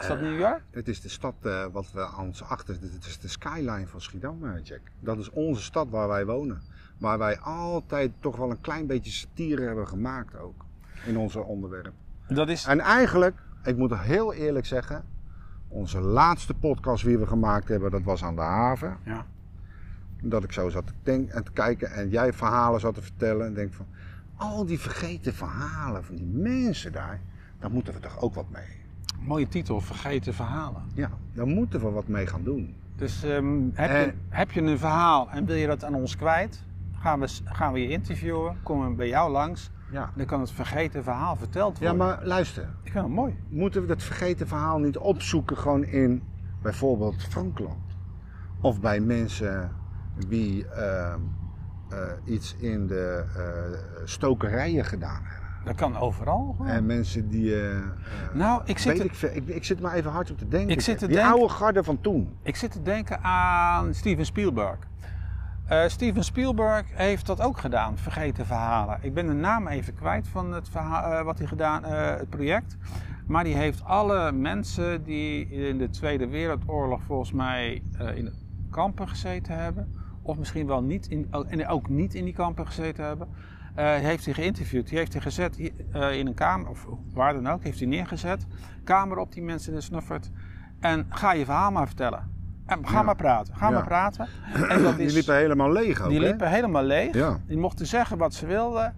Is dat New York? eh, Het is de stad eh, wat we aan ons achter. Het is de skyline van Schiedam, eh, Jack. Dat is onze stad waar wij wonen. Waar wij altijd toch wel een klein beetje satire hebben gemaakt ook. In onze onderwerp. Dat is... En eigenlijk, ik moet heel eerlijk zeggen. Onze laatste podcast die we gemaakt hebben, dat was aan de haven. Ja. Dat ik zo zat te, denk, en te kijken en jij verhalen zat te vertellen. En denk van, al die vergeten verhalen van die mensen daar. Daar moeten we toch ook wat mee. Mooie titel, Vergeten Verhalen. Ja, daar moeten we wat mee gaan doen. Dus ehm, heb, je, heb je een verhaal en wil je dat aan ons kwijt? Gaan we, s- gaan we je interviewen, komen we bij jou langs. Ja. Dan kan het vergeten verhaal verteld Ja, worden. maar luister. Ik vind het mooi. Moeten we dat vergeten verhaal niet opzoeken gewoon in bijvoorbeeld Frankland? Of bij mensen die ehm, eh, iets in de eh, stokerijen gedaan hebben. Dat kan overal. gewoon. En mensen die... eh, eh, Nou, ik zit weet te- ik, veel. ik, ik zit maar even hard op te denken. Ik zit te Die denken- oude garde van toen. Ik zit te denken aan Steven Spielberg. Eh, Steven Spielberg heeft dat ook gedaan, vergeten verhalen. Ik ben de naam even kwijt van het, verhaal, eh, wat hij gedaan, eh, het project. Maar die heeft alle mensen die in de Tweede Wereldoorlog volgens mij eh, in kampen gezeten hebben, of misschien wel niet in, oh, en ook niet in die kampen gezeten hebben, eh, heeft hij geïnterviewd. Die heeft hij gezet hier, eh, in een kamer, of waar dan ook, heeft hij neergezet. Kamer op die mensen de snuffert. En ga je verhaal maar vertellen. En ga Ja. maar praten, ga Ja. maar praten. En dat Die is, liepen helemaal leeg ook, die hè? liepen helemaal leeg. Ja. Die mochten zeggen wat ze wilden.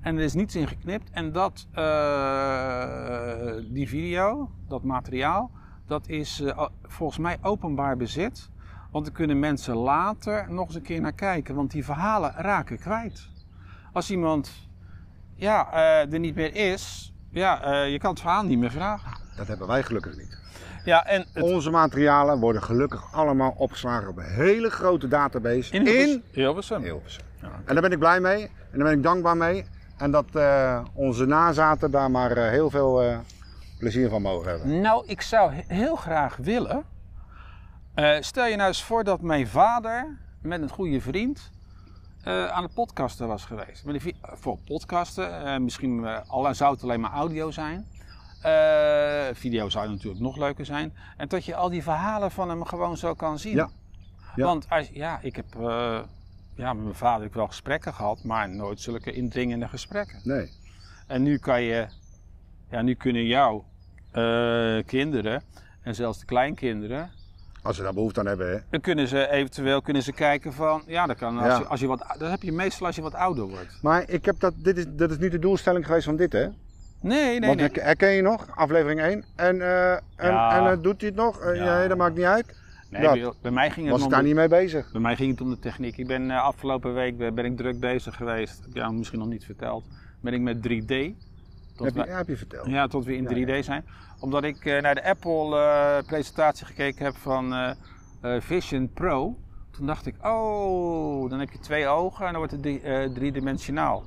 En er is niets in geknipt. En dat, eh, die video, dat materiaal, dat is eh, volgens mij openbaar bezit. Want er kunnen mensen later nog eens een keer naar kijken. Want die verhalen raken kwijt. Als iemand ja, eh, er niet meer is, ja, eh, je kan het verhaal niet meer vragen. Dat hebben wij gelukkig niet. Ja, en het- Onze materialen worden gelukkig allemaal opgeslagen op een hele grote database in, Hilvers- Hilversum. Hilversum. Ja, oké. En daar ben ik blij mee en daar ben ik dankbaar mee. En dat eh, onze nazaten daar maar eh, heel veel eh, plezier van mogen hebben. Nou, ik zou he- heel graag willen. Eh, stel je nou eens voor dat mijn vader met een goede vriend eh, aan het podcasten was geweest. Met een vi- voor podcasten, eh, misschien eh, al zou het alleen maar audio zijn. Eh, video zou natuurlijk nog leuker zijn. En dat je al die verhalen van hem gewoon zo kan zien. Ja. Ja. Want als, ja, ik heb eh, ja, met mijn vader heb ik wel gesprekken gehad, maar nooit zulke indringende gesprekken. Nee, En nu kan je, ja, nu kunnen jouw eh, kinderen en zelfs de kleinkinderen, als ze daar behoefte aan hebben. Hè. dan kunnen ze eventueel kunnen ze kijken van, ja, dat kan als, Ja. je, als je wat, dat heb je meestal als je wat ouder wordt. Maar ik heb dat, dit is, dat is niet de doelstelling geweest van dit, hè? Nee, nee, Want nee. herk- herken je nog, aflevering 1. En, eh, en, Ja. en eh, doet hij het nog? Eh, Ja. Nee, dat maakt niet uit. nee dat- bij, bij mij ging het Was om ik daar de- niet mee bezig? bij mij ging het om de techniek. Ik ben eh, afgelopen week ben, ben ik druk bezig geweest. Heb je jou misschien nog niet verteld. Ben ik met 3D. tot Heb je, we- heb je verteld. Ja, tot we in Ja, 3D zijn. Omdat ik eh, naar de Apple-presentatie gekeken heb van eh, eh, Vision Pro. Toen dacht ik, oh, dan heb je twee ogen en dan wordt het drie- eh, driedimensionaal.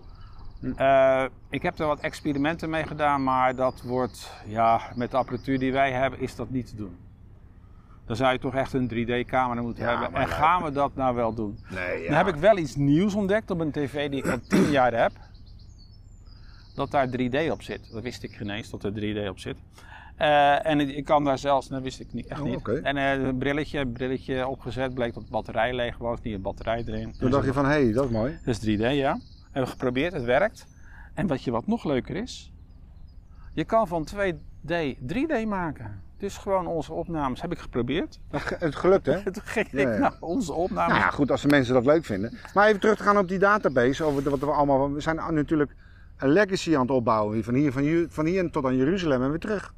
Eh, ik heb er wat experimenten mee gedaan, maar dat wordt, ja, met de apparatuur die wij hebben, is dat niet te doen. Dan zou je toch echt een 3D-camera moeten Ja, hebben. maar En leuk. gaan we dat nou wel doen? Nee, ja. Dan heb ik wel iets nieuws ontdekt op een tv die ik al 10 jaar heb. Dat daar 3D op zit. Dat wist ik geen eens dat er 3D op zit. Eh, en ik kan daar zelfs, dat wist ik niet, echt Oh, niet. oké. En eh, een brilletje, brilletje opgezet, bleek dat de batterij leeg was, niet een batterij erin. Dus Toen dacht je van, hé, hey, dat is mooi. Dat is 3D, ja. Hebben we geprobeerd, het werkt. En wat je wat nog leuker is, je kan van 2D 3D maken. Dus gewoon onze opnames heb ik geprobeerd. Dat ge- Het gelukt, hè? Toen ging Ja, ja. ik naar onze opnames. Nou ja, goed, als de mensen dat leuk vinden. Maar even terug te gaan op die database, over de- wat we allemaal... We zijn natuurlijk een legacy aan het opbouwen, van hier, van hier, van hier tot aan Jeruzalem en weer terug.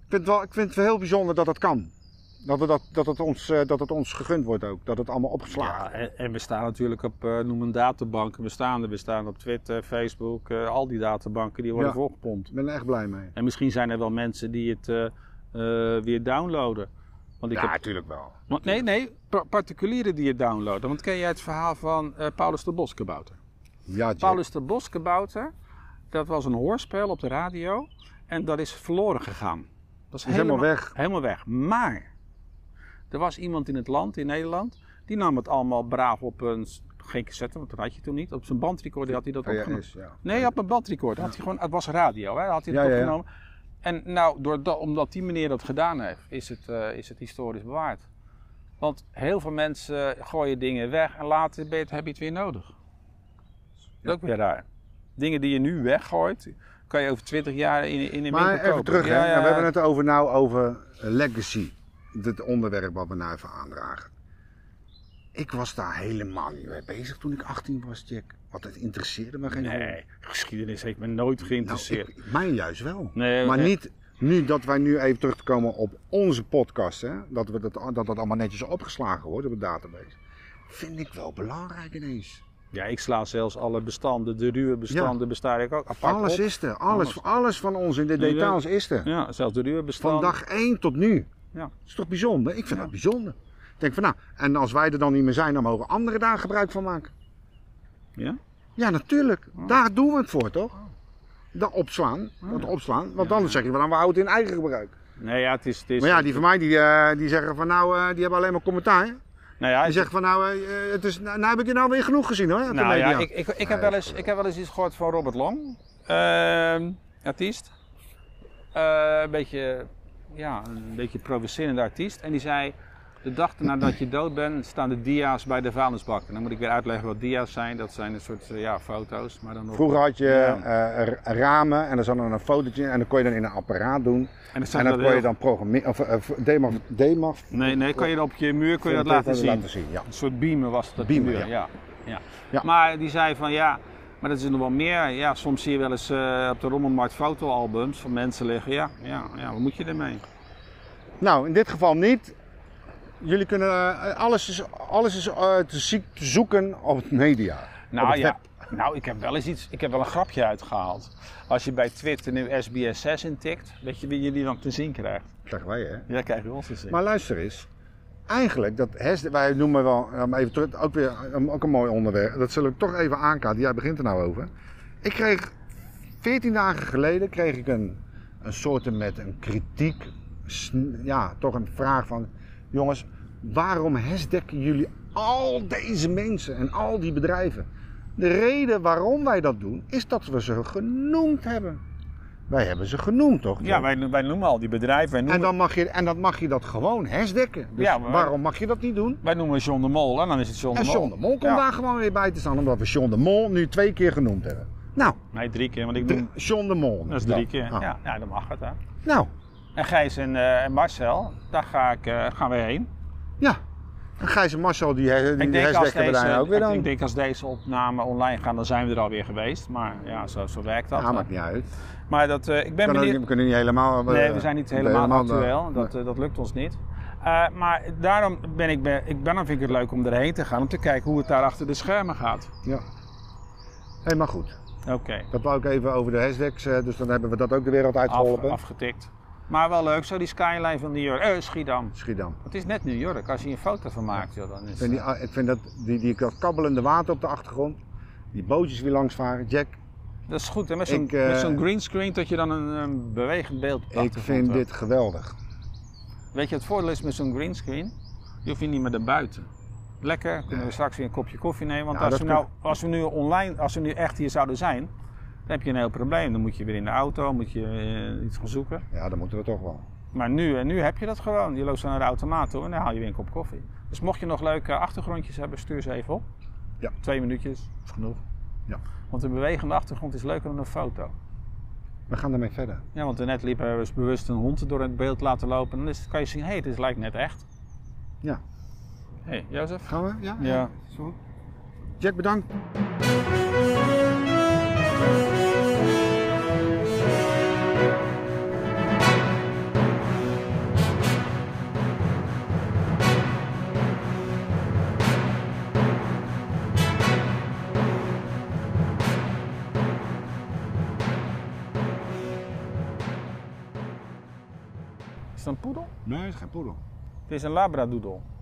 Ik vind, het wel, ik vind het wel heel bijzonder dat dat kan. Dat, we dat, dat, het ons, eh, dat het ons gegund wordt ook, dat het allemaal opgeslagen Ja, en, en we staan natuurlijk op, eh, noem een databank. We staan er, we staan op Twitter, Facebook, eh, al die databanken die worden Ja. volgepompt. Ik ben er echt blij mee. En misschien zijn er wel mensen die het eh, eh, weer downloaden. Want ik ja, heb, natuurlijk wel. want, nee, nee, pa- particulieren die het downloaden. Want ken jij het verhaal van eh, Paulus de Boskabouter? Ja, Jack. Paulus de Boskabouter, dat was een hoorspel op de radio. En dat is verloren gegaan. Dat is Is helemaal weg. Helemaal weg. Maar er was iemand in het land, in Nederland, die nam het allemaal braaf op een. s- Geen cassette, want dat had je toen niet. Op zijn bandrecorder had hij dat Oh Ja, opgenomen. is, ja. Nee, op een bandrecorder. Had hij gewoon, het was radio, hè? had hij het Ja, ja, ja. opgenomen. En nou, doordat, omdat die meneer dat gedaan heeft, is het, eh, is het historisch bewaard. Want heel veel mensen gooien dingen weg en later ben je het- heb je het weer nodig. Dat is ook weer raar. Dingen die je nu weggooit, kan je over 20 jaar in, in een Maar winkel even kopen. terug, Ja, hè. ja, we hebben het over, nou over legacy. Het onderwerp wat we nou even aandragen. Ik was daar helemaal niet mee bezig toen ik 18 was, Jack. Want het interesseerde me geen hol. Nee, geschiedenis heeft me nooit Nou, geïnteresseerd. ik- mij juist wel. Nee, eh, maar nee. niet nu dat wij nu even terugkomen op onze podcast. Hè, dat, we dat, dat dat allemaal netjes opgeslagen wordt op de database. Vind ik wel belangrijk ineens. Ja, ik sla zelfs alle bestanden, de ruwe bestanden, bestaar ik ook apart Alles op. is er. Alles, alles van ons in de Nee, details is er. Ja, zelfs de ruwe Van bestanden. dag 1 tot nu. Ja. Dat is toch bijzonder? Ik vind dat bijzonder. Ik denk van nou, en als wij er dan niet meer zijn, dan mogen anderen daar gebruik van maken. Ja? Oh. Ja, natuurlijk. Daar doen we het voor, toch? Dat opslaan, dat opslaan. Want anders zeg je, dan we houden het in eigen gebruik. Nee, ja, het is... Het is Maar ja, die van mij, die, eh, die zeggen van nou, eh, die hebben alleen maar commentaar. hè? nou ja, Die het- zeggen van nou, eh, eh, het is, nou, nou heb ik je nou weer genoeg gezien hoor. op de Nou ja, media. ik, ik, ik, Nee, heb wel eens, ik heb wel eens iets gehoord van Robert Long, ehm, artiest. Eh, een beetje, ja, een beetje provocerende artiest. En die zei, de dag nadat je dood bent, staan de dia's bij de vuilnisbak. En dan moet ik weer uitleggen wat dia's zijn. Dat zijn een soort, eh, ja, foto's, maar dan op- Vroeger had je Ja. eh, r- ramen en er zat dan een fotootje en dat kon je dan in een apparaat doen. en, dat En dat kon je heel- dan programmeren, of eh, demo, demo, Nee, nee, kan je dat op je muur kon je dat laten zien. ja. Een soort beamer was dat. Beamer, ja. ja. Ja, ja. Ja. Maar die zei van ja, maar dat is er nog wel meer. Ja, soms zie je wel eens eh, op de rommelmarkt fotoalbums van mensen liggen. Ja, ja, ja, wat moet je ermee? Nou, in dit geval niet. Jullie kunnen, eh, alles is, alles is eh, te, ziek, te zoeken op het media. Op Nou het ja, web. nou, ik heb wel eens iets, ik heb wel een grapje uitgehaald. Als je bij Twitter nu SBS6 intikt, weet je wie je die dan te zien krijgt? Zeggen wij hè. Ja, krijg je ons te zien. Maar luister eens. Eigenlijk, dat has- wij noemen wel, om even terug, ook weer um, ook een mooi onderwerp. Dat zullen we toch even aankaarten. Jij begint er nou over. Ik kreeg 14 dagen geleden kreeg ik een, een soort met een kritiek. sn- Ja, toch een vraag van: jongens, waarom hasdekken jullie al deze mensen en al die bedrijven? De reden waarom wij dat doen, is dat we ze genoemd hebben. Wij hebben ze genoemd, toch? ja, wij, wij noemen al die bedrijven. Wij En, noemen, dan mag je, en dat mag je dat gewoon hasdekken. Dus Ja, maar- waarom mag je dat niet doen? wij noemen John de Mol en dan is het John En de Mol. John de Mol komt Ja. daar gewoon weer bij te staan, omdat we John de Mol nu twee keer genoemd hebben. Nou, Nee, drie keer, want ik de, noem... John de Mol. Dat is drie keer. Ah. Ja, ja dan mag het hè. Nou, En Gijs en, eh, en Marcel, daar ga ik, eh, gaan we heen. ja. En Gijs en Marcel, die, he- die Ik denk, als hasdekken we deze, daarna ook weer ik, dan. ik denk als deze opname online gaan, dan zijn we er alweer geweest. Maar ja, zo, zo werkt dat. ja, hè. maakt niet uit. Maar dat, eh, ik ben Kan ook benieuwd. niet- we kunnen niet helemaal... eh, Nee, we zijn niet helemaal, eh, actueel. Dat, eh, dat lukt ons niet. Eh, maar daarom ben ik, ben, ik, daarom vind ik het leuk om erheen te gaan. Om te kijken hoe het daar achter de schermen gaat. Ja. Hé, maar goed. Oké. Dat wou ik even over de hashtags, eh, dus dan hebben we dat ook de wereld Af, uitgeholpen. afgetikt. Maar wel leuk, zo die skyline van New York. Eh, Schiedam. Schiedam. Het is net New York. Als je een foto van maakt, joh, dan is Ik vind, die, eh, ik vind dat, die, die, dat kabbelende water op de achtergrond, die bootjes die langs varen. Jack, Dat is goed, hè? Met zo'n Ik, eh, met zo'n greenscreen dat je dan een, een bewegend beeld op de ik achtergrond vind hebt. dit geweldig. Weet je, het voordeel is met zo'n greenscreen, je hoeft hier niet meer naar buiten. Lekker, kunnen we straks weer een kopje koffie nemen. Want Ja, als, dat we nou, als we nu online, als we nu echt hier zouden zijn, dan heb je een heel probleem. Dan moet je weer in de auto, moet je eh, iets gaan zoeken. Ja, dat moeten we toch wel. Maar nu, eh, nu heb je dat gewoon. Je loopt zo naar de automaat toe en dan haal je weer een kop koffie. Dus mocht je nog leuke achtergrondjes hebben, stuur ze even op. Ja. Twee minuutjes is genoeg. Ja. Want een bewegende achtergrond is leuker dan een foto. We gaan daarmee verder. Ja, want net liepen we eens bewust een hond door het beeld laten lopen. En dan is- kan je zien, hé, hey, dit lijkt net echt. Ja. Hé, hey, Jozef? Gaan we? Ja? Ja. Is goed. Jack, bedankt. Is dat een poedel? Nee, is geen poedel. Het is een labradoodle.